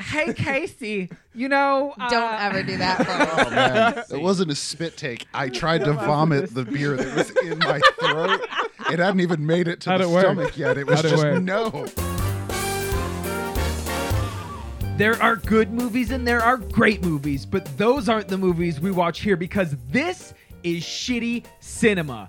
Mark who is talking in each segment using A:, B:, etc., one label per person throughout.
A: hey Casey, you know, uh,
B: Don't ever do that. Bubba.
C: Oh man, it wasn't a spit take. I tried to vomit the beer that was in my throat. It hadn't even made it to
D: How'd
C: the
D: it work?
C: stomach yet. It was
D: How'd it
C: just
D: work?
C: no.
A: There are good movies and there are great movies, but those aren't the movies we watch here because this is shitty cinema.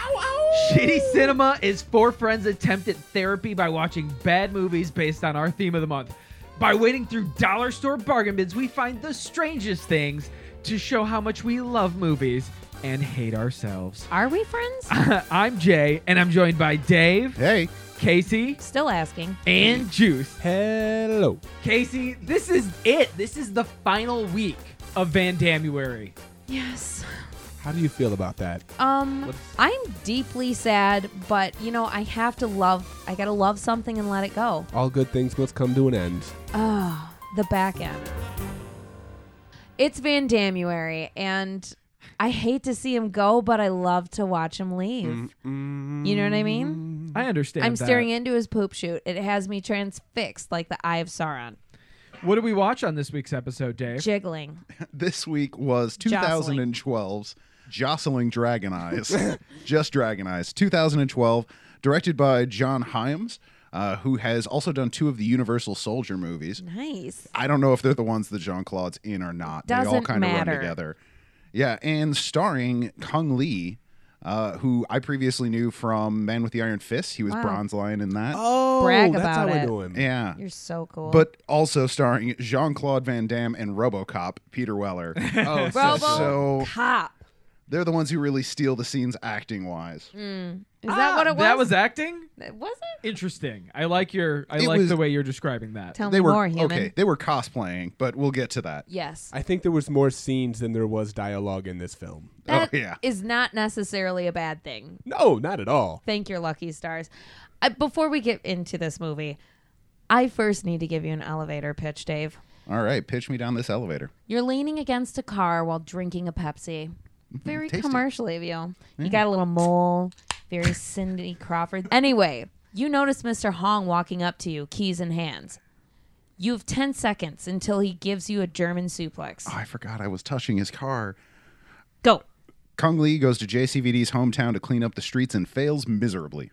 A: Shitty cinema is four friends' attempt at therapy by watching bad movies based on our theme of the month. By wading through dollar store bargain bins, we find the strangest things to show how much we love movies and hate ourselves.
B: Are we friends?
A: I'm Jay, and I'm joined by Dave,
C: Hey,
A: Casey,
B: Still asking.
A: and Juice.
D: Hello.
A: Casey, this is it. This is the final week of Van Damuary.
B: Yes.
D: How do you feel about that?
B: Um,
D: What's-
B: I'm deeply sad, but you know, I have to love. I gotta love something and let it go.
D: All good things must come to an end.
B: Oh, the back end. It's Van Damuary, and I hate to see him go, but I love to watch him leave. You know what I mean?
A: I understand.
B: I'm
A: that.
B: staring into his poop shoot. It has me transfixed like the eye of Sauron,
A: What do we watch on this week's episode, Dave?
B: jiggling.
C: this week was
B: Jostling.
C: 2012's Jostling Dragon Eyes. Just Dragon Eyes. 2012, directed by John Hyams, uh, who has also done two of the Universal Soldier movies.
B: Nice.
C: I don't know if they're the ones that Jean Claude's in or not. they all
B: Doesn't
C: kind of run
B: matter.
C: together. Yeah, and starring Kung Lee, uh, who I previously knew from Man with the Iron Fist. He was
B: Wow.
C: Bronze Lion in that.
D: Oh,
B: Brag
D: that's
B: about
D: how
B: it.
D: I know him.
C: Yeah.
B: You're so cool.
C: But also starring Jean Claude Van Damme and RoboCop, Peter Weller.
D: Oh, so-
B: Robo
C: so-
B: Cop.
C: They're the ones who really steal the scenes acting wise.
B: Mm-hmm. Is that what it was?
A: Ah, That was acting.
B: It wasn't.
A: Interesting. I like your. I
C: It
A: like
C: was-
A: the way you're describing that.
B: Tell
C: They
B: me
C: were
B: more, human.
C: okay. They were cosplaying, but we'll get to that.
B: Yes.
D: I think there was more scenes than there was dialogue in this film.
B: that is
C: oh, yeah.
B: not necessarily a bad thing.
D: No, not at all.
B: Thank your lucky stars. I, before we get into this movie, I first need to give you an elevator pitch, Dave.
C: All right, pitch me down this elevator.
B: You're leaning against a car while drinking a Pepsi. Very
C: Mm-hmm. tasty.
B: commercial of you. You got a little mole, very Cindy Crawford. Anyway, you notice Mr. Hong walking up to you, keys in hands. You have 10 seconds until he gives you a German suplex.
C: Oh, I forgot I was touching his car.
B: Go.
C: Kung Lee goes to JCVD's hometown to clean up the streets and fails miserably.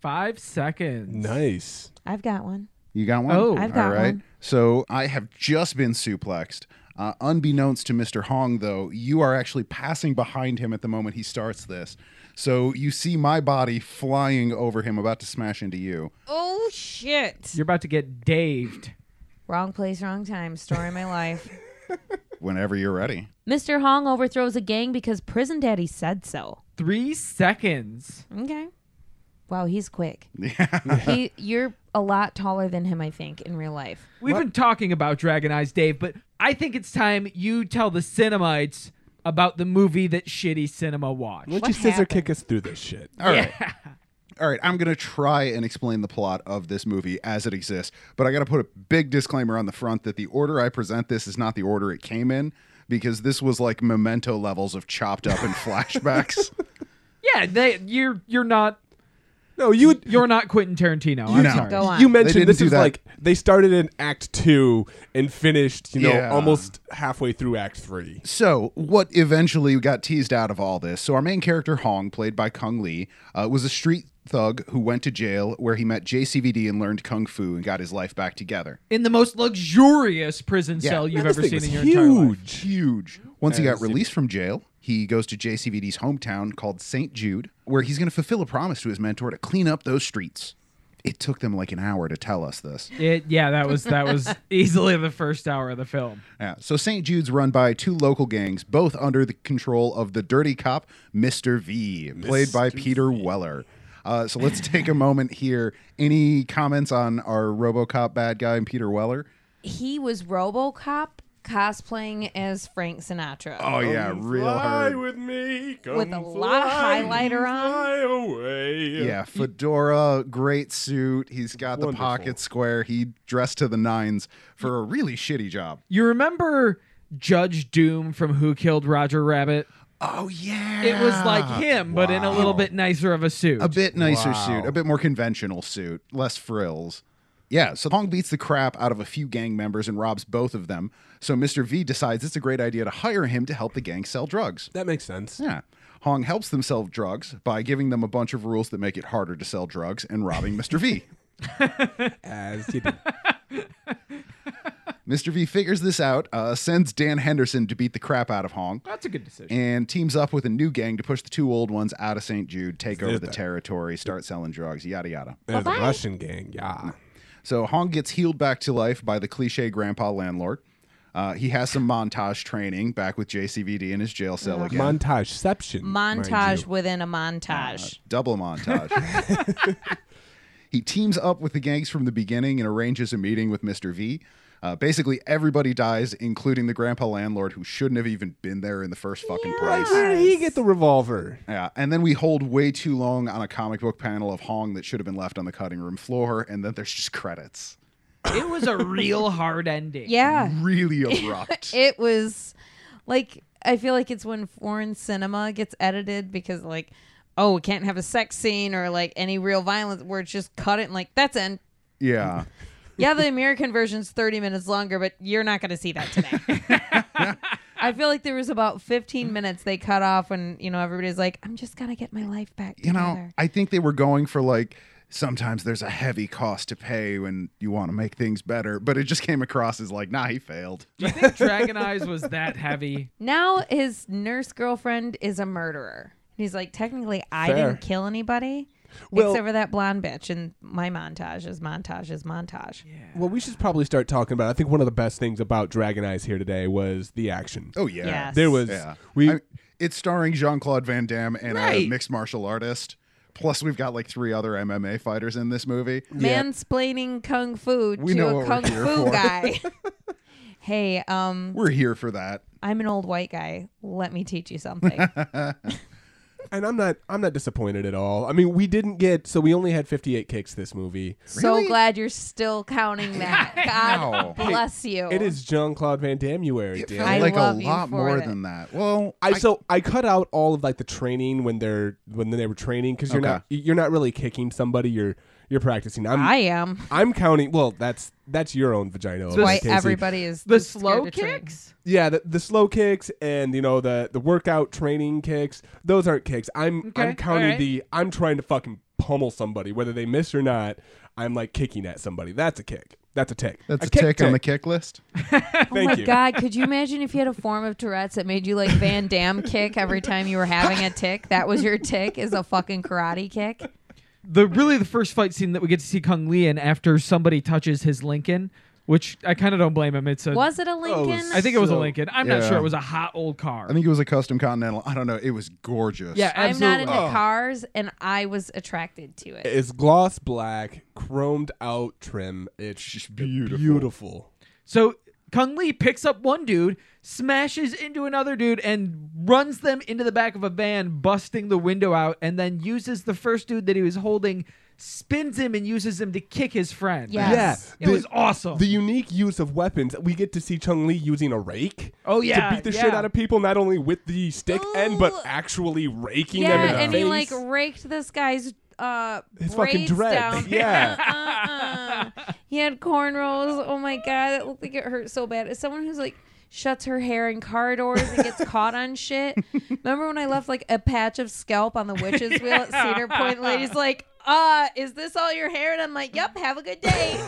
A: Five seconds.
D: Nice.
B: I've got one.
C: You got one?
A: Oh.
B: I've got
C: All right.
B: one.
C: So I have just been suplexed. Uh, unbeknownst to Mr. Hong, though, you are actually passing behind him at the moment he starts this. So you see my body flying over him, about to smash into you.
B: Oh, shit.
A: You're about to get daved.
B: Wrong place, wrong time. Story of my life.
C: Whenever you're ready.
B: Mr. Hong overthrows a gang because prison daddy said so.
A: Three seconds.
B: Okay. Wow, he's quick. he, you're a lot taller than him, I think, in real life.
A: We've been talking about Dragon Eyes, Dave, but I think it's time you tell the Cinemites about the movie that shitty cinema watched.
D: Why don't
B: What
D: you scissor
B: happened?
D: kick us through this shit?
C: All right. All right, I'm going to try and explain the plot of this movie as it exists, but I got to put a big disclaimer on the front that the order I present this is not the order it came in because this was like memento levels of chopped up and flashbacks.
A: Yeah, they, you're you're not
D: No, you
A: you're not Quentin Tarantino. I'm
C: No.
A: sorry.
B: Go on.
D: you
C: They
D: mentioned
C: didn't
D: this
C: do
D: is
C: that.
D: like they started in Act Two and finished, you know,
C: Yeah.
D: almost halfway through Act Three.
C: So, what eventually got teased out of all this? So, our main character Hong, played by Kung Lee, uh, was a street thug who went to jail where he met JCVD and learned kung fu and got his life back together.
A: in the most luxurious prison
C: Yeah.
A: cell you've
D: Man, this
A: ever
D: thing
A: seen in your
D: was
A: entire life.
D: huge.
C: Huge. Once he
D: Yeah,
C: got released from jail, he goes to JCVD's hometown called St. Jude, where he's going to fulfill a promise to his mentor to clean up those streets. It took them like an hour to tell us this.
A: It, yeah, that was that was easily the first hour of the film.
C: Yeah. So St. Jude's run by two local gangs, both under the control of the dirty cop, Mr. V, played by Peter Weller. Uh, so let's take a moment here. Any comments on our Robocop bad guy and Peter Weller?
B: He was RoboCop cosplaying as Frank Sinatra.
C: Oh, yeah, real
D: Fly
C: hard.
D: with me,
B: With
D: come
B: a lot of
D: fly,
B: highlighter on.
D: fly away.
C: Yeah, fedora, great suit. He's got the
D: Wonderful.
C: pocket square. He dressed to the nines for a really shitty job.
A: You remember Judge Doom from Who Killed Roger Rabbit?
C: Oh yeah,
A: It was like him, but in a little bit nicer of a suit.
C: a bit nicer
D: Wow.
C: suit, a bit more conventional suit, less frills. Yeah, so Hong beats the crap out of a few gang members and robs both of them. So Mr. V decides it's a great idea to hire him to help the gang sell drugs.
D: That makes sense.
C: Yeah. Hong helps them sell drugs by giving them a bunch of rules that make it harder to sell drugs and robbing Mr. V.
D: As you do.
C: Mr. V figures this out, uh, sends Dan Henderson to beat the crap out of Hong,
A: That's a good decision.
C: and teams up with a new gang to push the two old ones out of St. Jude, take over the
D: that-
C: territory, start selling drugs, yada yada.
D: There's a
B: Bye-bye.
D: Russian gang. Yeah.
C: So Hong gets healed back to life by the cliche grandpa landlord. Uh, he has some montage training back with JCVD in his jail cell again.
D: Montageception. mind
B: Montage
D: you.
B: within a montage.
C: Double montage. he teams up with the gangs from the beginning and arranges a meeting with Mr. V. Uh, basically, everybody dies, including the grandpa landlord who shouldn't have even been there in the first fucking place.
D: Where did he get the revolver?
C: Yeah, and then we hold way too long on a comic book panel of Hong that should have been left on the cutting room floor, and then there's just credits.
A: it was a real hard ending.
B: yeah.
C: Really abrupt.
B: it was like I feel like it's when foreign cinema gets edited because like oh we can't have a sex scene or like any real violence where it's just cut it and like that's end.
C: yeah.
B: Yeah, the American version's 30 minutes longer, but you're not going to see that today. I feel like there was about 15 minutes they cut off when, you know, everybody's like, I'm just going to get my life back
C: You
B: together.
C: know, I think they were going for like sometimes there's a heavy cost to pay when you want to make things better, but it just came across as like, nah, he failed.
A: Do you think Dragon Eyes was that heavy?
B: Now his nurse girlfriend is a murderer. And he's like, technically, I
D: Fair.
B: didn't kill anybody
D: Well-
B: except for that blonde bitch. And my montage is montage is montage.
D: Well, we should probably start talking about. I think one of the best things about Dragon Eyes here today was the action.
C: Oh yeah.
B: Yes.
D: There was
C: Yeah.
D: we
C: I- it's starring Jean Claude Van Damme and a
A: Right.
C: mixed martial artist. Plus, we've got like three other MMA fighters in this movie.
B: Mansplaining kung fu
C: We
B: to
C: know what
B: a
C: we're
B: kung
C: here
B: fu
C: for.
B: guy. hey, um,
C: We're here for that.
B: I'm an old white guy. Let me teach you something.
D: and I'm not I'm not disappointed at all. I mean, we didn't get so we only had 58 kicks this movie.
B: So
C: Really?
B: glad you're still counting that.
C: Wow.
B: God bless you.
D: It is Jean Claude Van Damme you are.
C: It
D: dude.
C: felt
B: I
C: like a
B: love you
C: lot
B: for
C: more
B: it.
C: than that. Well,
D: I so I cut out all of like the training when they're when they were training because you're
C: Okay.
D: not you're not really kicking somebody. You're you're practicing. I'm
B: I am.
D: I'm counting. Well, that's that's your own vagina.
A: This-
B: Why
D: Casey.
B: everybody is
A: The
B: too scared
A: slow
B: to train.
A: kicks?
D: Yeah, the, the slow kicks and you know the the workout training kicks. Those aren't kicks. I'm
A: Okay,
D: I'm counting
A: alright.
D: the I'm trying to fucking pummel somebody whether they miss or not. I'm like kicking at somebody. That's a kick. That's a tick.
C: that's a tick on the kick list.
B: Oh my
D: Thank you.
B: god! Could you imagine if you had a form of Tourette's that made you like Van Damme kick every time you were having a tick? That was your tick is a fucking karate kick.
A: The really the first fight scene that we get to see Kung Lee in after somebody touches his Lincoln, which I kind of don't blame him. It's a
B: Was it a Lincoln?
A: Oh, I think it was a
D: So-
A: Lincoln. I'm not
C: Yeah.
A: sure. It was a hot old car.
C: I think it was a custom Continental. I don't know. It was gorgeous.
A: yeah,
B: I'm
A: absolutely. Oh.
B: not into cars, and I was attracted to it.
D: It's gloss black, chromed out trim. It's
C: Just beautiful.
D: beautiful.
A: So Kung Lee picks up one dude, smashes into another dude, and runs them into the back of a van, busting the window out, and then uses the first dude that he was holding, spins him, and uses him to kick his friend.
B: Yeah. Yes.
A: It was awesome.
D: The unique use of weapons. We get to see Chung Lee using a rake.
A: Oh, yeah,
D: to beat the
A: yeah.
D: shit out of people, not only with the stick end, but
B: Ooh.
D: actually raking
B: yeah,
D: them in the
B: and
D: face.
B: he like raked this guy's uh
D: His fucking
B: braids
D: dreads,
B: down.
D: yeah.
B: Uh-uh. he had cornrows. Oh my god, it looked like it hurt so bad. As someone who's like shuts her hair in car doors and gets caught on shit. Remember when I left like a patch of scalp on the witch's wheel at Cedar Point? The lady's like, uh, is this all your hair? And I'm like, yep, have a good day.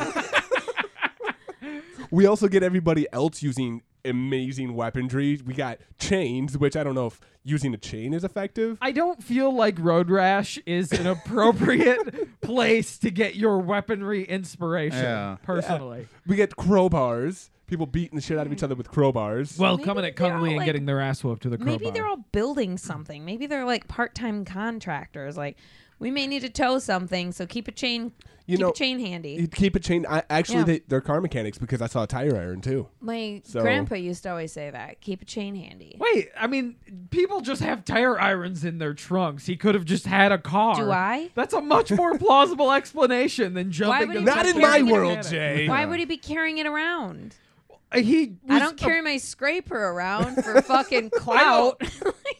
D: We also get everybody else using amazing weaponry. We got chains, which I don't know if using a chain is effective.
A: I don't feel like Road Rash is an appropriate place to get your weaponry inspiration,
C: Yeah.
A: personally.
D: We get crowbars, people beating the shit out of each other with crowbars.
A: Well,
B: Maybe
A: coming at
B: they're
A: Kung
B: all,
A: Lee and
B: like-
A: getting their ass whooped with a crowbar.
B: Maybe they're all building something. Maybe they're like part-time contractors. Like, we may need to tow something, so keep a chain.
D: You
B: keep
D: know,
B: a chain handy.
D: You'd keep a chain. I, actually,
B: Yeah.
D: they, they're car mechanics because I saw a tire iron too.
B: My
D: So-
B: grandpa used to always say that. Keep a chain handy.
A: Wait, I mean, people just have tire irons in their trunks. He could have just had a car.
B: Do I?
A: That's a much more plausible explanation than jumping.
B: would
A: to
B: he
A: the
B: Not
D: Not
B: in
D: in
B: Not
D: my
B: my
D: world,
A: Jay.
D: Jay.
B: Why would he be carrying it around?
A: Uh, he.
B: I
A: was
B: don't
A: a-
B: carry my scraper around for fucking clout.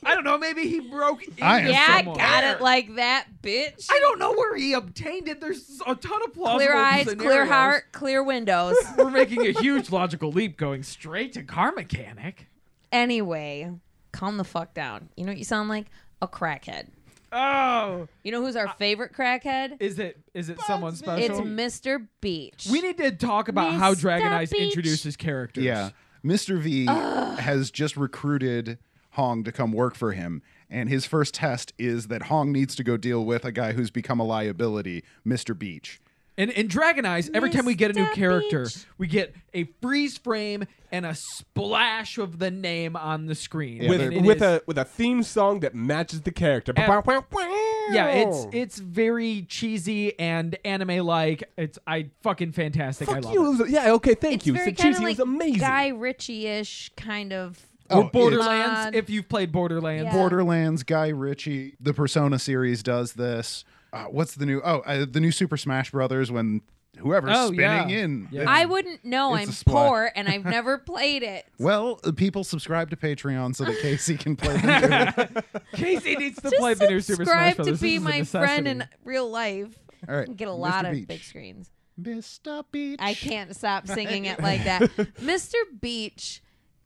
A: I don't know. Maybe he broke. into
C: I am
B: yeah, I
A: someone.
B: got it like that, bitch.
A: I don't know where he obtained it. There's a ton of plausible
B: Clear eyes, clear
A: scenarios.
B: heart, clear windows.
A: We're making a huge logical leap, going straight to car mechanic.
B: anyway, calm the fuck down. You know what you sound like? A crackhead.
A: Oh,
B: You know who's our favorite crackhead?
A: is it is it someone special?
B: It's Mr. Beach.
A: we need to talk about how
B: Mr.
A: Dragon Eyes
B: Beach.
A: introduces characters.
C: Yeah. Mr. V has just recruited Hong to come work for him. And his first test is that Hong needs to go deal with a guy who's become a liability, Mr. Beach.
A: And in Dragon Eyes, every time we get a new
B: Mr.
A: character,
B: Beach.
A: we get a freeze frame and a splash of the name on the screen.
C: Yeah,
D: with
A: And it
D: with
A: is-
D: a with a theme song that matches the character.
A: Yeah, it's it's very cheesy and anime like. It's I fucking fantastic. I
D: Fuck
A: love
D: you.
A: it.
D: it was- Yeah, okay, thank
B: it's
D: you.
B: very
D: so
B: kind
D: cheesy.
B: of
D: it
B: like
D: was amazing.
B: Guy Ritchie-ish kind of.
C: Oh,
A: or
C: it's-
A: Borderlands,
B: Mod.
A: if you've played Borderlands.
B: Yeah.
C: Borderlands, Guy Ritchie, the Persona series does this. Uh, what's the new? Oh, uh, the new Super Smash Brothers when whoever's
A: Oh, yeah.
C: spinning in.
A: Yeah.
B: I wouldn't know.
C: It's a
B: I'm
C: splat.
B: poor and I've never played it.
C: Well, uh, people subscribe to Patreon so that Casey can play them too.
A: Casey needs to
B: Just
A: play the new Super Smash
B: subscribe
A: Bros.
B: to
A: This
B: be
A: is a
B: my friend in
A: necessity.
B: real life.
C: All right,
B: Get a
C: Mr.
B: lot of
C: Beach.
B: big screens.
C: Mr. Beach.
B: I can't stop singing it like that. Mr. Beach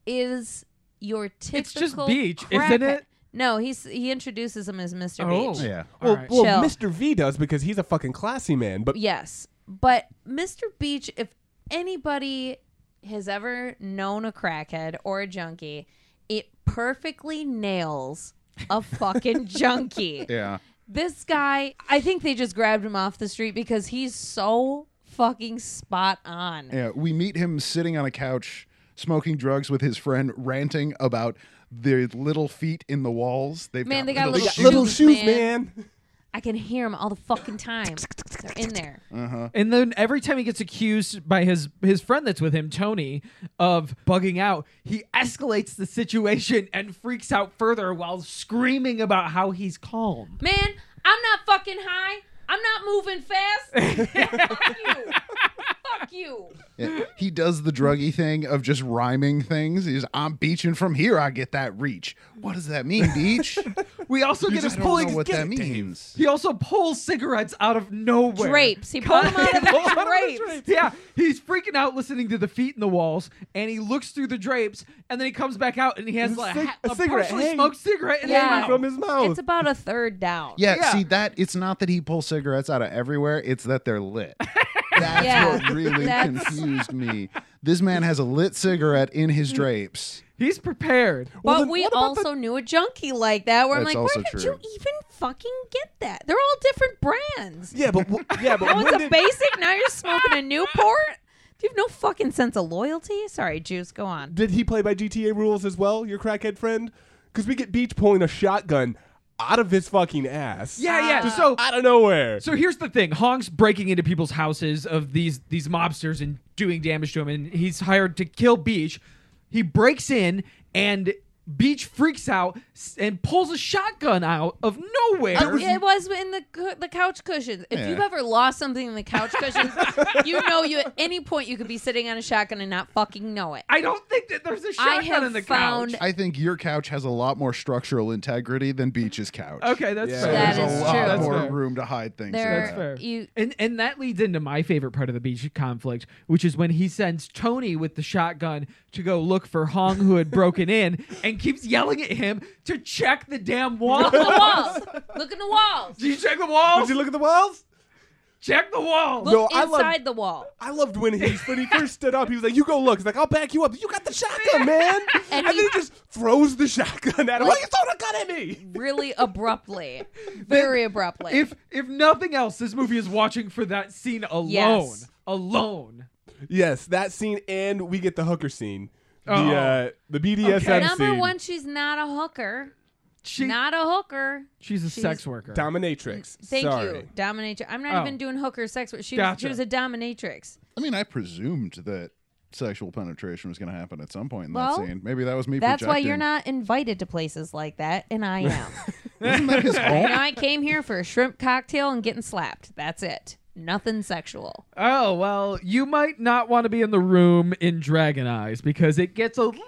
B: is your typical.
A: just Beach, isn't
B: crackhead.
A: it?
B: No, he's he introduces him as Mr.
A: Oh.
B: Beach.
C: Yeah.
A: All
D: Well,
A: right.
D: well,
B: Chill.
D: Mr. V does because he's a fucking classy man. But
B: Yes, but Mr. Beach, if anybody has ever known a crackhead or a junkie, it perfectly nails a fucking junkie.
C: Yeah.
B: This guy, I think they just grabbed him off the street because he's so fucking spot on.
C: Yeah, we meet him sitting on a couch, smoking drugs with his friend, ranting about the little feet in the walls. They've
B: Man,
C: got
B: they got
C: little
D: They
B: little
D: got
C: shoes.
D: little
B: shoes,
D: shoes,
B: man.
D: man.
B: I can hear him all the fucking time. They're in there.
C: Mm.
A: And then every time he gets accused by his his friend that's with him, Tony, of bugging out, he escalates the situation and freaks out further while screaming about how he's calm.
B: Man, I'm not fucking high. I'm not moving fast. Fuck you. Fuck you.
C: Yeah, He does the druggy thing of just rhyming things. He's, I'm beaching from here. I get that reach. What does that mean, beach?
A: We also
C: you
A: get
C: just
A: him
C: don't
A: pulling
C: know what
A: get
C: that
A: it, Dave.
C: means.
A: He also pulls cigarettes out of nowhere.
B: Drapes. He pulled him out of
A: Pulled
B: the
A: the
B: drapes.
A: Yeah, he's freaking out listening to the feet in the walls, and he looks through the drapes, and then he comes back out and he has
D: It's a
A: like
D: cig-
A: ha-
D: a
A: a
D: cigarette
A: partially
D: hanging-
A: smoked cigarette in
B: Yeah.
A: his mouth.
D: from his mouth.
B: It's about a third down.
C: Yeah,
A: Yeah.
C: see that it's not that he pulls cigarettes out of everywhere, it's that they're lit. That's
B: Yeah,
C: what really
B: that's-
C: confused me. This man has a lit cigarette in
B: Mm.
C: his drapes.
A: He's prepared.
D: Well,
B: But
D: then
B: we
D: what about
B: also knew a junkie like that where I'm
C: That's
B: like, where
C: also
B: did
C: true.
B: you even fucking get that? They're all different brands.
D: Yeah, but w- yeah, but
B: That one's
D: when
B: a
D: did-
B: basic. Now you're smoking a Newport. Do you have no fucking sense of loyalty? Sorry, Juice. Go on.
D: did he play by GTA rules as well? Your crackhead friend, because we get Beach pulling a shotgun out of his fucking ass.
A: Yeah, yeah.
B: Ah.
A: so
D: out of nowhere.
A: So here's the thing: Hong's breaking into people's houses of these these mobsters and doing damage to him, and he's hired to kill Beach. He breaks in, and Beach freaks out s- and pulls a shotgun out of nowhere.
B: Uh, it was in the cu- the couch cushions. If
C: Yeah.
B: you've ever lost something in the couch cushions, you know you at any point you could be sitting on a shotgun and not fucking know it.
A: I don't think that there's a shotgun
B: have
A: in the
B: found-
A: couch.
C: I think your couch has a lot more structural integrity than Beach's couch.
A: Okay, that's
D: Yeah.
A: fair.
B: That
C: There's
B: is
C: a lot
B: true.
A: That's
C: more
A: fair.
C: room to hide things.
B: There-
C: in
A: That's fair.
B: You-
A: and and that leads into my favorite part of the beach conflict, which is when he sends Tony with the shotgun to go look for Hong who had broken in and keeps yelling at him to check the damn wall.
B: Look in the walls. Look in the walls.
A: Did you check the walls?
D: Did you look at the walls?
A: Check the wall.
B: Look
D: No, I
B: inside
D: love-
B: the wall.
D: I loved when he when he first stood up. He was like, "You go look." He's like, "I'll back you up." You got the shotgun, man.
B: And
D: and
B: he-
D: then he just throws the shotgun at him.
B: Like-
D: Like, you throwing a gun at me.
B: Really abruptly. Very abruptly.
A: If if nothing else, this movie is watching for that scene alone.
B: Yes.
A: Alone.
D: Yes, that scene, and we get the hooker scene. The
A: Oh.
D: uh, the BDSM
A: Okay.
B: Number
D: scene.
B: one, she's not a hooker.
A: She,
B: not a hooker.
A: she's a
B: she's-
A: sex worker.
D: dominatrix.
B: Thank
D: Sorry.
B: you, dominatrix. I'm not
A: Oh.
B: even doing hooker sex. work. She, was, she
A: Gotcha.
B: was a dominatrix.
C: I mean, I presumed that sexual penetration was going to happen at some point in
B: Well,
C: that scene. Maybe that was me.
B: That's why you're
C: projecting.
B: not invited to places like that, and I am.
C: Isn't that his
B: you
C: home?
B: know, I came here for a shrimp cocktail and getting slapped. That's it. Nothing sexual.
A: Oh, well, you might not want to be in the room in Dragon Eyes because it gets a little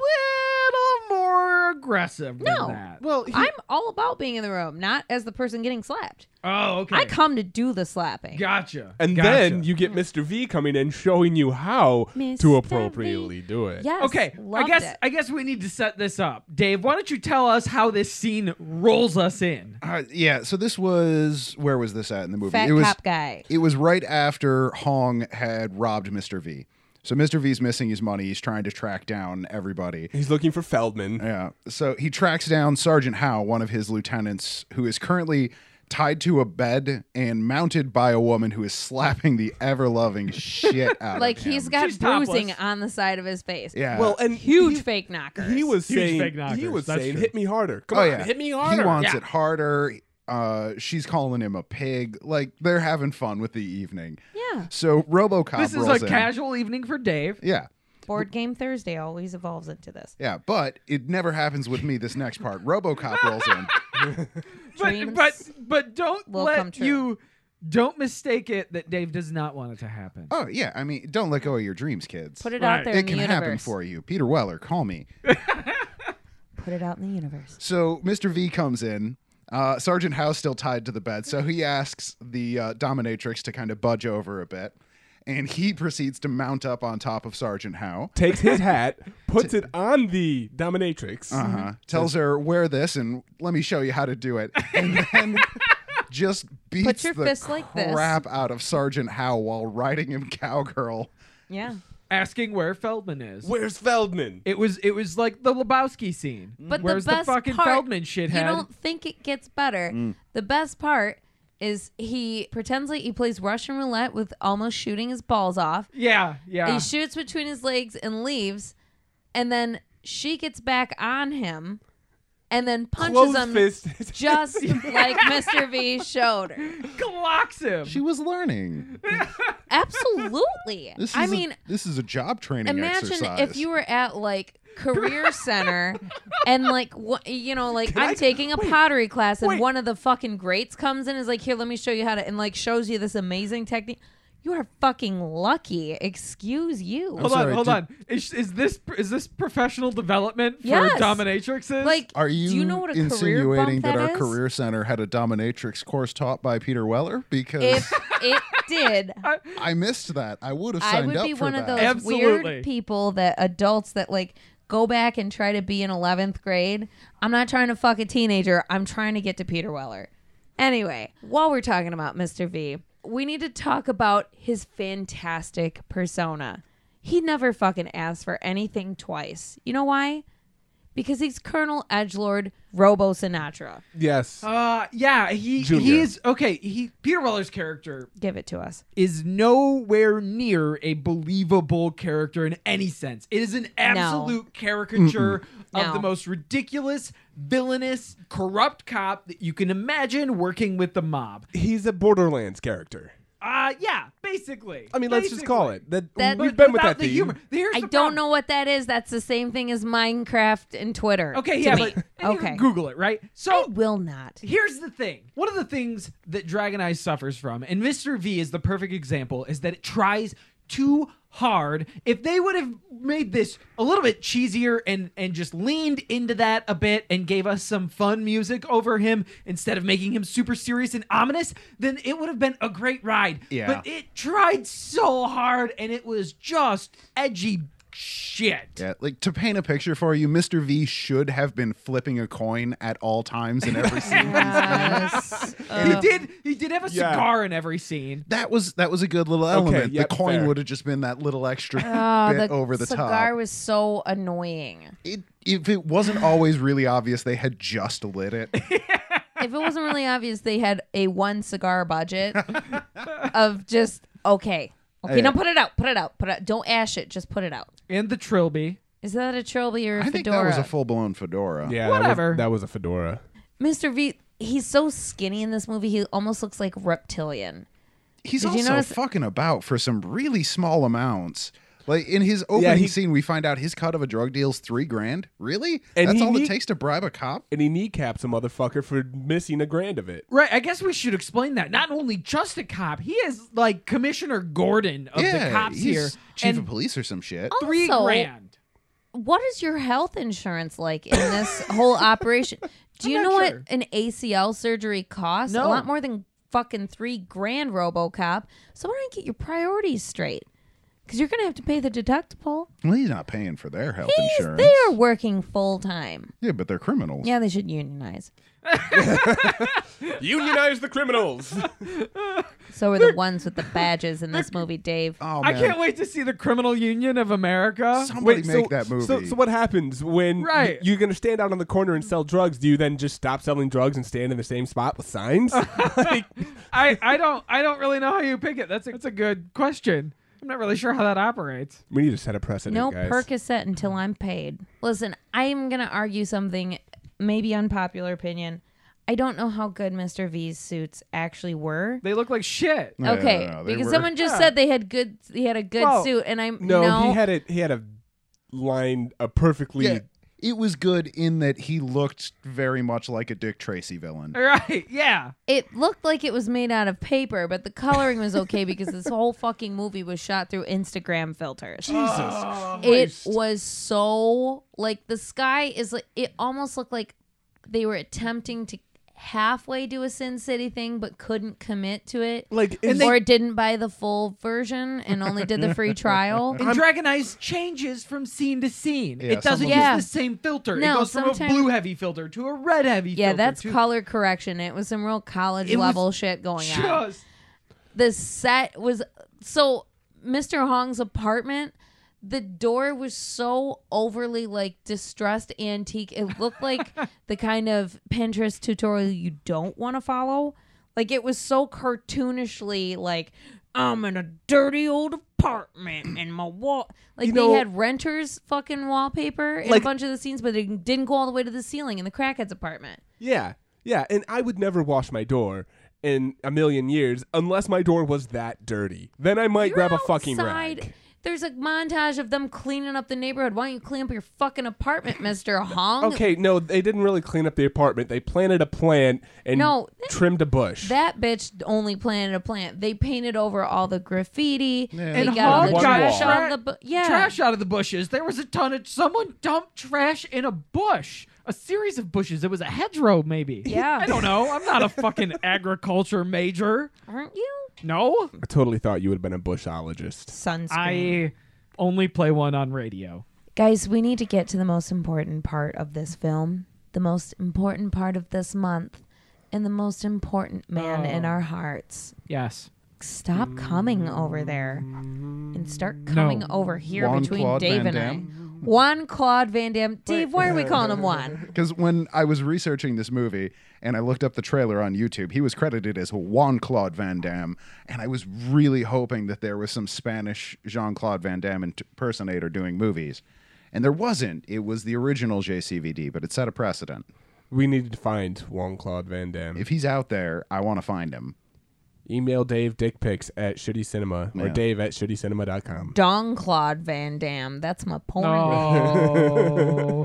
A: more aggressive than
B: No.
A: that.
D: Well, he,
B: I'm all about being in the room, not as the person getting slapped.
A: Oh, okay.
B: I come to do the slapping.
A: gotcha.
D: and
A: Gotcha.
D: then you get Mr. V coming in showing you how
B: Mr. V.
D: to appropriately do it.
B: Yes.
A: Okay, I
B: loved
A: guess
B: it.
A: I guess we need to set this up. Dave, why don't you tell us how this scene rolls us in?
C: Uh, yeah, so this was where was this at in the movie?
B: Fat
C: it was
B: cop guy.
C: it was right after Hong had robbed Mr. V. So Mr. V's missing his money. He's trying to track down everybody.
D: He's looking for Feldman.
C: Yeah. So he tracks down Sergeant Howe, one of his lieutenants, who is currently tied to a bed and mounted by a woman who is slapping the ever loving shit out
B: Like
C: of him.
B: he's got
A: She's topless.
B: bruising on the side of his face.
C: yeah.
D: Well, and
B: Huge
D: he-
B: fake knockers.
D: He was
A: Huge fake
D: saying,
A: knockers,
D: he was
A: that's
D: saying,
A: true.
D: hit me harder. Come
C: oh
D: on,
C: yeah,
D: hit me harder.
C: He wants
A: Yeah.
C: it harder. Uh, she's calling him a pig. Like they're having fun with the evening.
B: Yeah.
C: So RoboCop.
A: This is
C: rolls
A: a
C: in.
A: casual evening for Dave.
C: Yeah.
B: Board game Thursday always evolves into this.
C: Yeah, but it never happens with me. This next part, RoboCop rolls in.
A: But
B: Dreams
A: but but don't
B: will come
A: let
B: true.
A: you don't mistake it that Dave does not want it to happen.
C: Oh yeah, I mean, don't let go of your dreams, kids.
B: Put it
A: Right.
B: out there in
C: it
B: the
C: can
B: universe.
C: happen for you. Peter Weller, call me.
B: Put it out in the universe.
C: So Mr. V comes in. Uh, Sergeant Howe's still tied to the bed, so he asks the uh, dominatrix to kind of budge over a bit, and he proceeds to mount up on top of Sergeant Howe.
D: Takes his hat, puts it on the dominatrix.
C: Uh huh. Tells her wear this, and let me show you how to do it. And then just beats
B: your
C: the
B: fist like this.
C: crap out of Sergeant Howe while riding him cowgirl.
B: Yeah.
A: Asking where Feldman is.
D: Where's Feldman?
A: It was it was like the Lebowski scene.
B: But
A: Where's
B: the best
A: fucking
B: part,
A: Feldman shithead?
B: You don't think it gets better. The best part is he pretends like he plays Russian roulette with almost shooting his balls off.
A: yeah, yeah.
B: He shoots between his legs and leaves, and then she gets back on him, and then punches
D: Closed
B: him
D: fist.
B: just like Mr. V showed her.
A: Glocks him.
C: She was learning.
B: Absolutely.
C: This is
B: I
C: a-
B: mean,
C: this is a job training
B: imagine
C: exercise.
B: if you were at like career center and like what you know like i'm
D: I-
B: taking a pottery class and
D: wait.
B: one of the fucking greats comes in and is like here let me show you how to and like shows you this amazing technique you are fucking lucky excuse you
A: Hold
C: sorry,
A: on, hold
C: did-
A: on. Is, is this is this professional development for
B: Yes.
A: dominatrixes?
B: like
C: Are you,
B: do you know what a career
C: insinuating
B: bump that,
C: our
B: is?
C: career center had a dominatrix course taught by Peter Weller? Because
B: if it did
C: I missed that. I would have
B: i
C: signed
B: would
C: up
B: be
C: for
B: one
C: that.
B: of those
A: Absolutely.
B: weird people that adults that like go back and try to be in 11th grade i'm not trying to fuck a teenager i'm trying to get to peter weller anyway while we're talking about mr v we need to talk about his fantastic persona he never fucking asks for anything twice you know why because he's colonel edgelord robo sinatra
D: yes.
A: uh, yeah, he he
D: Junior.
A: is okay. He Peter Weller's character
B: give it to us
A: is nowhere near a believable character in any sense. It is an absolute caricature of
B: No.
A: the most ridiculous, villainous, corrupt cop that you can imagine working with the mob.
D: He's a Borderlands character.
A: Uh, yeah, basically.
D: I mean, let's just call
A: Basically.
D: it. That,
B: That-
D: we've
A: But
D: been with
A: without
D: that
A: the
D: theme.
A: humor. Here's
B: I
A: the
B: don't
A: problem.
B: know what that is. That's the same thing as Minecraft and Twitter.
A: Okay,
B: to
A: yeah,
B: me.
A: but and you
B: okay.
A: can Google it, right? So
B: I will not.
A: Here's the thing. One of the things that Dragon Eyes suffers from, and Mr. V is the perfect example, is that it tries too hard. If they would have made this a little bit cheesier and and just leaned into that a bit and gave us some fun music over him instead of making him super serious and ominous, then it would have been a great ride.
C: Yeah.
A: But it tried so hard and it was just edgy shit.
C: Yeah, like to paint a picture for you, Mr. V should have been flipping a coin at all times in every scene.
B: Yes.
A: He
B: Uh,
A: did he did have a
D: Yeah.
A: cigar in every scene.
C: That was that was a good little element.
D: yep,
C: the coin
D: fair.
C: would have just been that little extra
B: oh,
C: bit
B: the
C: over the
B: cigar
C: top.
B: was so annoying.
C: It, if it wasn't always really obvious, they had just lit it.
B: If it wasn't really obvious, they had a one cigar budget of just okay, okay.
C: Hey.
B: Now put it out. Put it out. Put it. out. Don't ash it. Just put it out.
A: And the trilby.
B: Is that a trilby or a
C: I think
B: fedora?
C: that was a full blown fedora.
D: Yeah,
A: Whatever.
D: That was, that was a fedora.
B: Mr. V. He's so skinny in this movie. He almost looks like reptilian.
C: He's
B: Did you
C: also
B: notice-
C: fucking about for some really small amounts. Like in his opening
D: he-
C: scene, we find out his cut of a drug deal's three grand. Really?
D: And
C: That's
D: he
C: all
D: need-
C: it takes to bribe a cop?
D: and he kneecaps a motherfucker for missing a grand of it.
A: Right, I guess we should explain that. Not only just a cop, he is like Commissioner Gordon of the
C: yeah,
A: cops
C: he's
A: here.
C: chief
A: and Oh.
C: of police or some shit.
A: three
B: Also,
A: grand.
B: What is your health insurance like in this whole operation? Do you
A: not
B: know what
A: sure.
B: an ACL surgery costs?
A: No.
B: A lot more than fucking three grand, RoboCop. So why don't you get your priorities straight? Because you're gonna have to pay the deductible.
C: Well, he's not paying for their health
B: He's-
C: insurance.
B: They are working full time.
C: Yeah, but they're criminals.
B: Yeah, they should unionize.
D: Unionize the criminals.
B: So are the ones with the badges in this movie, Dave.
C: Oh,
A: I
C: man.
A: can't wait to see the Criminal Union of America.
C: Somebody
D: Wait,
C: make
D: so,
C: that movie.
D: So, so what happens when y-
A: Right.
D: you're going to stand out on the corner and sell drugs? Do you then just stop selling drugs and stand in the same spot with signs? like,
A: I, I don't I don't really know how you pick it. That's a that's a good question. I'm not really sure how that operates.
D: we need to set a precedent,
B: No
D: guys.
B: Percocet until I'm paid. Listen, I'm gonna argue something, maybe unpopular opinion. I don't know how good Mr. V's suits actually were.
A: They look like shit.
C: No, no,
B: Okay,
C: no, they
B: because
C: were-
B: someone just
A: Yeah.
B: said they had good. He had a good
A: Well,
B: suit, and I'm
D: no,
B: no.
D: he had it. He had a line, a perfectly.
C: Yeah, it was good in that he looked very much like a Dick Tracy villain.
A: Right. Yeah.
B: it looked like it was made out of paper, but the coloring was okay because this whole fucking movie was shot through Instagram filters.
D: Jesus,
A: Ah,
B: It was so like the sky is like it almost looked like they were attempting to halfway do a Sin City thing but couldn't commit to it.
D: like
A: And
D: it's-
B: or didn't buy the full version and only did the free trial.
A: And Dragon Eyes changes from scene to scene.
C: Yeah,
A: it doesn't
C: some
B: of them-
A: use the same filter. it
B: No,
A: goes from a
B: sometimes-
A: blue heavy filter to a red heavy
B: Yeah,
A: filter.
B: that's
A: to
B: color correction. It was some real college
A: It was
B: level shit going on.
A: Just
B: The set was so Mr. Hong's apartment. The door was so overly like distressed antique. It looked like the kind of Pinterest tutorial you don't want to follow. Like it was so cartoonishly like I'm in a dirty old apartment and my wall like
D: You
B: they
D: know-
B: had renters fucking wallpaper in
D: Like-
B: a bunch of the scenes, but it didn't go all the way to the ceiling in the crackhead's apartment.
D: Yeah, yeah, and I would never wash my door in a million years unless my door was that dirty. Then I might grab a fucking
B: outside.
D: rag.
B: There's a montage of them cleaning up the neighborhood. Why don't you clean up your fucking apartment, Mister Hong?
D: Okay, no, they didn't really clean up the apartment. They planted a plant and
B: No, that-
D: trimmed a bush.
B: That bitch only planted a plant. They painted over all the graffiti. They
A: and
B: got all
A: Hog
B: the
D: One
A: got
B: trash
D: wall.
B: out
A: tra-
B: of the bu- yeah.
A: trash out of the bushes. There was a ton of someone dumped trash in a bush. A series of bushes. It was a hedgerow, maybe.
B: Yeah.
A: I don't know. I'm not a fucking agriculture major.
B: Aren't you
A: No.
D: I totally thought you would have been a bushologist.
B: sunscreen?
A: I only play one on radio.
B: Guys, we need to get to the most important part of this film, the most important part of this month, and the most important man
A: Oh.
B: in our hearts.
A: Yes.
B: Stop coming over there and start coming over here
C: Juan
B: between
C: Claude
B: Dave
C: Van
B: and I. Juan Claude Van Damme. Dave, why are we calling him Juan?
C: Because when I was researching this movie and I looked up the trailer on YouTube, he was credited as Juan Claude Van Damme. And I was really hoping that there was some Spanish Jean Claude Van Damme impersonator doing movies. And there wasn't. It was the original JCVD, but it set a precedent.
D: We needed to find Juan Claude Van Damme.
C: If he's out there, I want to find him.
D: Email Dave dick pics at shitty cinema or
C: Yeah.
D: dave at shittycinema.com.
B: Dong Claude Van Damme. That's my porn.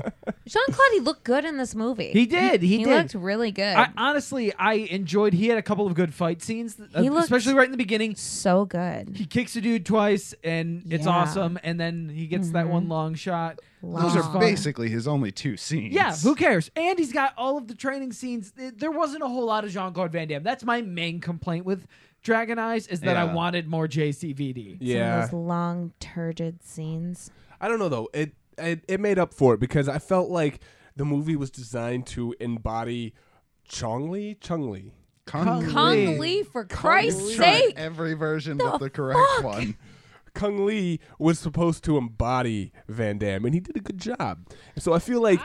A: Oh.
B: Jean Claude, he looked good in this movie.
A: he did. He,
B: He
A: did.
B: looked really good.
A: I, honestly, I enjoyed. He had a couple of good fight scenes, uh,
B: looked-
A: especially right in the beginning.
B: so good.
A: He kicks a dude twice, and it's
B: Yeah. Mm-hmm.
A: awesome. And then he gets that one long shot.
C: Those
B: Long.
C: are basically his only two scenes.
A: Yeah, who cares? And he's got all of the training scenes. Th- There wasn't a whole lot of Jean Claude Van Damme. That's my main complaint with Dragon Eyes is that I
C: Yeah.
A: wanted more JCVD.
D: Yeah.
B: Some of those long, turgid scenes.
D: I don't know though. It, it it made up for it because I felt like the movie was designed to embody Chong Li, Chung Li.
C: Kung,
B: Kung Lee, for Christ's sake.
C: Every version but the correct one.
D: Kung Lee was supposed to embody Van Damme, and he did a good job. So I feel like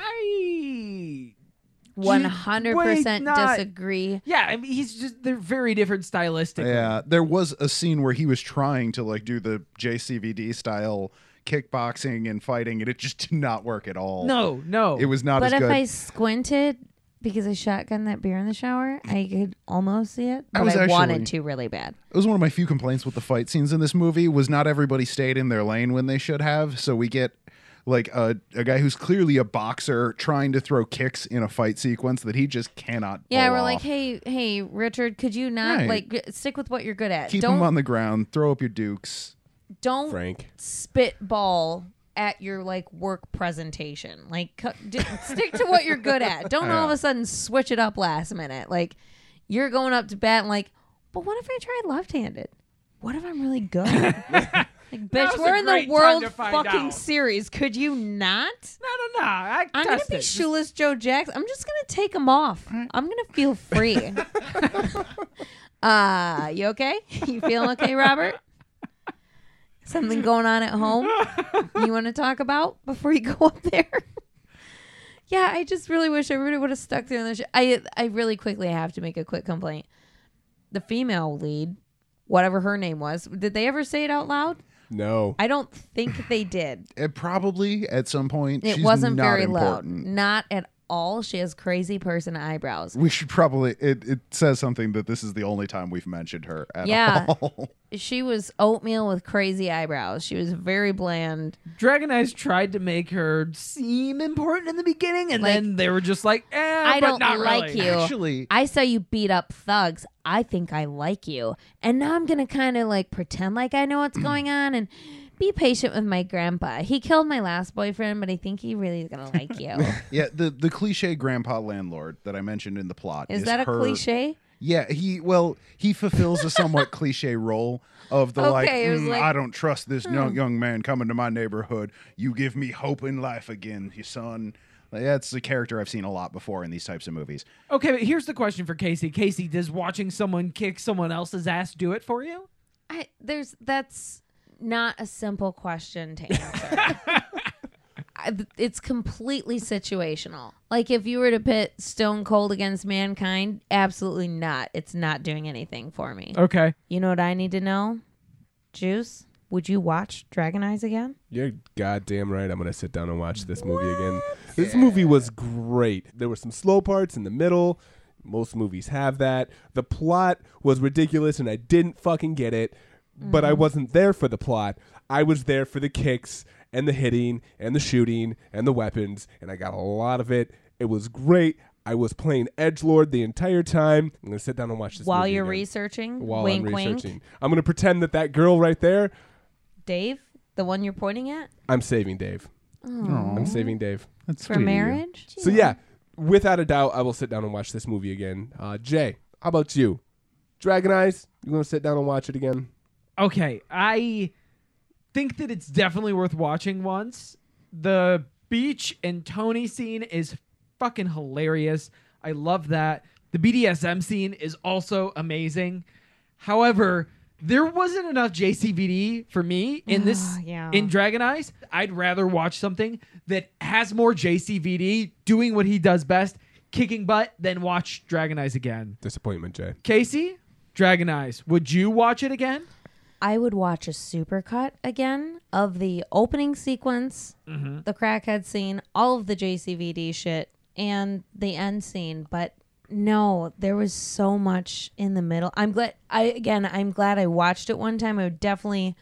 A: I
B: 100%
A: Wait, not-
B: disagree.
A: Yeah, I mean he's just they're very different stylistically.
C: Yeah, there was a scene where he was trying to like do the JCVD style kickboxing and fighting, and it just did not work at all.
A: No, no.
C: it was not
B: But
C: as
B: if
C: good.
B: I squinted because I shotgun that beer in the shower. I could almost see it,
C: I
B: but
C: was
B: I wanted
C: actually- Oh,
B: to really bad.
C: It was one of my few complaints with the fight scenes in this movie was not everybody stayed in their lane when they should have. So we get like a, a guy who's clearly a boxer trying to throw kicks in a fight sequence that he just cannot.
B: Yeah,
C: pull
B: we're
C: off.
B: like, hey, hey, Richard, could you not
C: Right.
B: like g- stick with what you're good at?
C: keep
B: don't
C: him on the ground, throw up your dukes.
B: don't
D: Frank.
B: spitball at your like work presentation. Like, co- d- stick to what you're good at. Don't all of a sudden switch it up last minute. Like, you're going up to bat and like, but what if I tried left-handed? What if I'm really good? like, bitch,
A: was
B: we're
A: a
B: in
A: great time
B: the World
A: to find
B: fucking
A: out.
B: Series. Could you not?
A: No, no, no. I
B: I'm gonna
A: test
B: be
A: it. Just-
B: shoeless Joe Jackson. I'm just gonna take them off. I'm gonna feel free. uh, you okay? You feeling okay, Robert? Something going on at home you want to talk about before you go up there? yeah, I just really wish everybody would have stuck to the show. I I really quickly have to make a quick complaint. The female lead, whatever her name was, did they ever say it out loud?
D: No.
B: I don't think they did.
C: It probably at some point
B: It
C: she's
B: wasn't
C: not
B: very
C: important.
B: loud. Not at all. She has crazy person eyebrows.
C: We should probably it, it says something that this is the only time we've mentioned her at
B: Yeah.
C: all.
B: She was oatmeal with crazy eyebrows. She was very bland.
A: Dragon Eyes tried to make her seem important in the beginning, and
B: Like,
A: then they were just like, eh,
B: I
A: but
B: don't
A: not
B: like
A: really.
B: you.
C: Actually,
B: I saw you beat up thugs. I think I like you. And now I'm going to kind of like pretend like I know what's going on and be patient with my grandpa. He killed my last boyfriend, but I think he really is going to like you.
C: yeah, the the cliche grandpa landlord that I mentioned in the plot
B: Is that a
C: her-
B: cliche?
C: Yeah, he well he fulfills a somewhat cliche role of the like,
B: Okay, it was
C: "Mm,
B: like- Hmm.
C: I don't trust this young young man coming to my neighborhood. You give me hope in life again, your son. Like, that's a character I've seen a lot before in these types of movies.
A: Okay, but here's the question for Casey. Casey, does watching someone kick someone else's ass do it for you?
B: I, there's that's not a simple question to answer. I, it's completely situational. Like if you were to pit Stone Cold against Mankind, absolutely not. It's not doing anything for me.
D: Oh.
A: Okay.
B: You know what I need to know? Juice, would you watch Dragon Eyes again?
D: You're goddamn right. I'm gonna sit down and watch this movie again. This movie was great. There were some slow parts in the middle. Most movies have that. The plot was ridiculous, and I didn't fucking get it. But I
B: Mm.
D: wasn't there for the plot. I was there for the kicks and the hitting and the shooting and the weapons, and I got a lot of it. It was great. I was playing Edge Lord the entire time. I'm gonna sit down and watch this
B: While
D: movie
B: you're
D: again.
B: researching,
D: While
B: wink,
D: I'm researching,
B: wink,
D: I'm gonna pretend that that girl right there.
B: Dave, the one you're pointing at
D: I'm saving Dave. I'm saving Dave.
C: That's
B: for
C: sweet of you.
B: marriage.
D: So yeah, without a doubt, I will sit down and watch this movie again. Uh, Jay, how about you? Dragon Eyes, you gonna sit down and watch it again?
A: Okay, I think that it's definitely worth watching once. The beach and Tony scene is fucking hilarious. I love that. The BDSM scene is also amazing. However, there wasn't enough JCVD for me in this
B: Yeah.
A: in Dragon Eyes. I'd rather watch something that has more JCVD doing what he does best, kicking butt, than watch Dragon Eyes again.
D: Disappointment, Jay.
A: Casey, Dragon Eyes, would you watch it again?
B: I would watch a supercut again of the opening sequence, the crackhead scene, all of the JCVD shit, and the end scene. But no, there was so much in the middle. I'm glad. I again, I'm glad I watched it one time. I would definitely,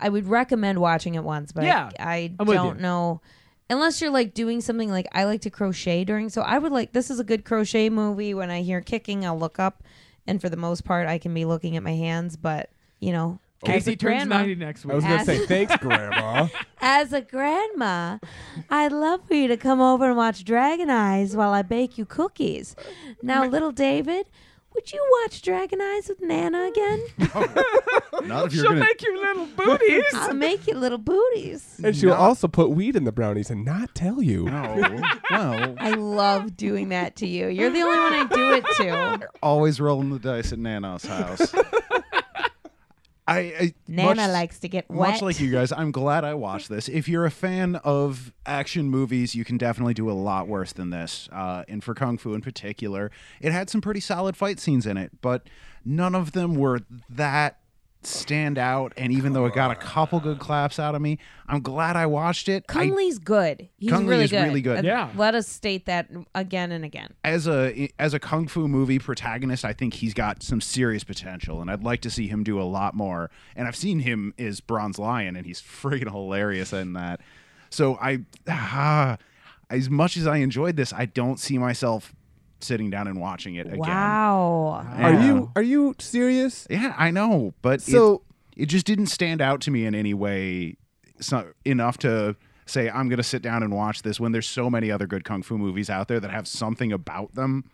B: I would recommend watching it once. But
A: Yeah,
B: I, I
A: I'm with
B: don't
A: you.
B: know. Unless you're like doing something like I like to crochet during, so I would like this is a good crochet movie. When I hear kicking, I'll look up, and for the most part, I can be looking at my hands. But you know, as
A: Casey
B: a
A: turns
B: grandma-
A: 90 next
D: I
A: week.
D: was gonna
B: Ass.
D: say thanks, Grandma.
B: As a grandma, I'd love for you to come over and watch Dragon Eyes while I bake you cookies. Now, little David, would you watch Dragon Eyes with Nana again?
C: Not if
A: She'll
C: you're gonna
A: make you little booties.
B: I'll make you little booties.
D: and she will also put weed in the brownies and not tell you.
C: no, no.
B: I love doing that to you. You're the only one I do it to.
C: Always rolling the dice at Nana's house. I, I
B: Nana
C: much-
B: likes to get wet.
C: Much like you guys, I'm glad I watched this. If you're a fan of action movies, you can definitely do a lot worse than this. Uh, and for Kung Fu in particular, it had some pretty solid fight scenes in it, but none of them were that stand out. And even though it got a couple good claps out of me, I'm glad I watched it. I-
B: Kung Lee's good. He's
C: Kung Lee
B: really
C: is
B: good.
C: really good.
B: Uh,
A: Yeah.
B: Let us state that again and again.
C: as a as a kung fu movie protagonist, I think he's got some serious potential, and I'd like to see him do a lot more. And I've seen him as Bronze Lion, and he's freaking hilarious in that. So I, ah, as much as I enjoyed this, I don't see myself sitting down and watching it again.
B: Wow.
D: Are
C: Yeah.
D: you are you serious?
C: Yeah, I know, but
D: So-
C: it, it just didn't stand out to me in any way so, enough to say I'm going to sit down and watch this when there's so many other good kung fu movies out there that have something about them.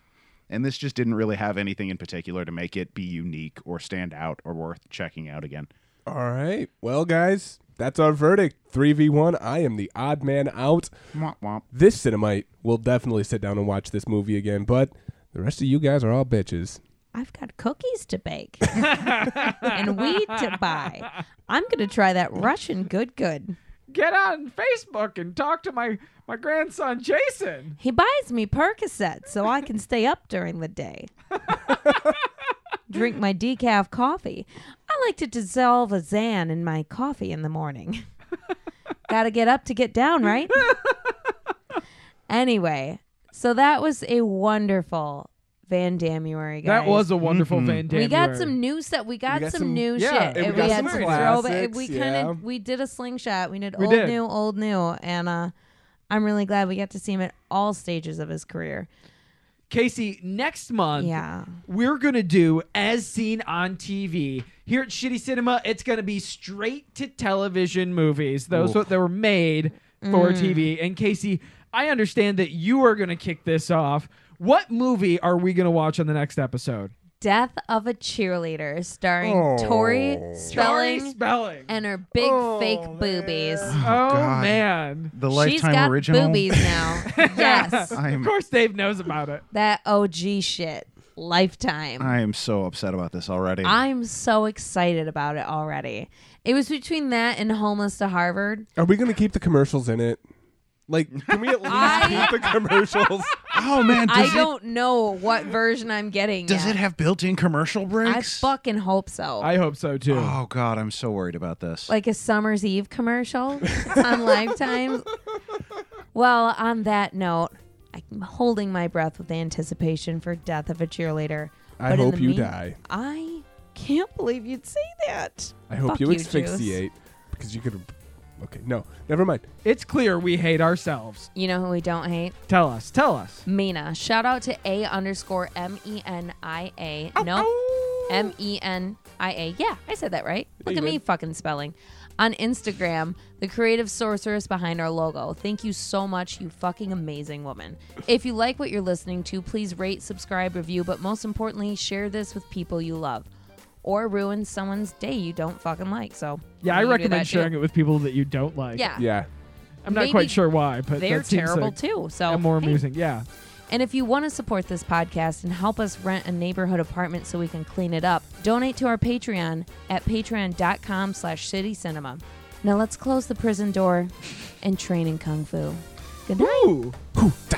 C: And this just didn't really have anything in particular to make it be unique or stand out or worth checking out again.
D: All right. Well, guys, that's our verdict. 3v1. I am the odd man out.
C: Womp womp.
D: This Cinemite will definitely sit down and watch this movie again, but the rest of you guys are all bitches.
B: I've got cookies to bake and weed to buy. I'm going to try that Russian good good.
A: Get on Facebook and talk to my my grandson Jason.
B: He buys me Percocet so I can stay up during the day. Drink my decaf coffee. I like to dissolve a Xan in my coffee in the morning. Gotta get up to get down, right? anyway, so that was a wonderful Van Damuary, guys.
A: That was a wonderful Van Damme.
B: We got some new stuff. We got,
D: got
B: some,
D: some-
B: new
D: yeah,
B: shit.
D: and we
B: And
A: got
B: had
A: some
B: some
D: classics,
B: throwback. We kind
D: yeah.
B: of we did a slingshot. We did
A: We
B: old
A: did.
B: new, old new, and uh, I'm really glad we got to see him at all stages of his career.
A: Casey, next month
B: Yeah.
A: we're gonna do as seen on TV. Here at Shitty Cinema, it's gonna be straight to television movies. Those
D: Oof.
A: that were made for
B: Mm.
A: TV. And Casey, I understand that you are gonna kick this off. What movie are we gonna watch on the next episode?
B: Death of a Cheerleader, starring
D: Oh.
B: Tori
A: Sorry,
B: Spelling
A: spelling.
B: and her big
D: Oh,
B: fake
D: man.
B: boobies.
A: oh
C: God.
A: man.
C: The
B: She's
C: Lifetime
B: got
C: original.
B: boobies now. yes,
A: Of
C: I'm
A: course Dave knows about it.
B: that OG shit. Lifetime.
C: I am so upset about this already.
B: I'm so excited about it already. It was between that and Homeless to Harvard.
D: Are we going to keep the commercials in it? Like, can we at least
B: I-
D: keep the commercials?
C: oh man, does
B: I
C: it
B: don't know what version I'm getting.
C: does
B: yet.
C: it have built-in commercial
B: I
C: breaks?
B: fucking hope so.
A: I hope so too.
C: oh god, I'm so worried about this.
B: like a summer's eve commercial on Lifetime. Well, on that note, I'm holding my breath with anticipation for death of a cheerleader.
D: I
B: But in
D: hope
B: the
D: you
B: mean-
D: die.
B: I can't believe you'd say that.
D: I hope
B: Fuck
D: you
B: you,
D: asphyxiate because you could. Okay, no, never mind.
A: It's clear we hate ourselves.
B: You know who we don't hate?
A: Tell us. Tell us.
B: Mina. Shout out to A underscore M E N I A. No. M E N I A. Yeah, I said that right. Look
D: you
B: at me
D: did.
B: fucking spelling. On Instagram, the creative sorceress behind our logo. Thank you so much, you fucking amazing woman. If you like what you're listening to, please rate, subscribe, review, but most importantly, share this with people you love or ruin someone's day you don't fucking like. So,
A: Yeah, I
B: you do
A: recommend
B: that too.
A: sharing it with people that you don't like.
B: Yeah.
D: Yeah.
A: I'm not
B: Maybe
A: quite sure why, but
B: They're
A: that seems
B: terrible
A: like
B: too. So,
A: a more
B: hey,
A: amusing. Yeah.
B: And if you want to support this podcast and help us rent a neighborhood apartment so we can clean it up, donate to our Patreon at patreon.com slash citycinema. Now let's close the prison door and train in Kung Fu. Good night.
A: Ooh.
D: Whew, da-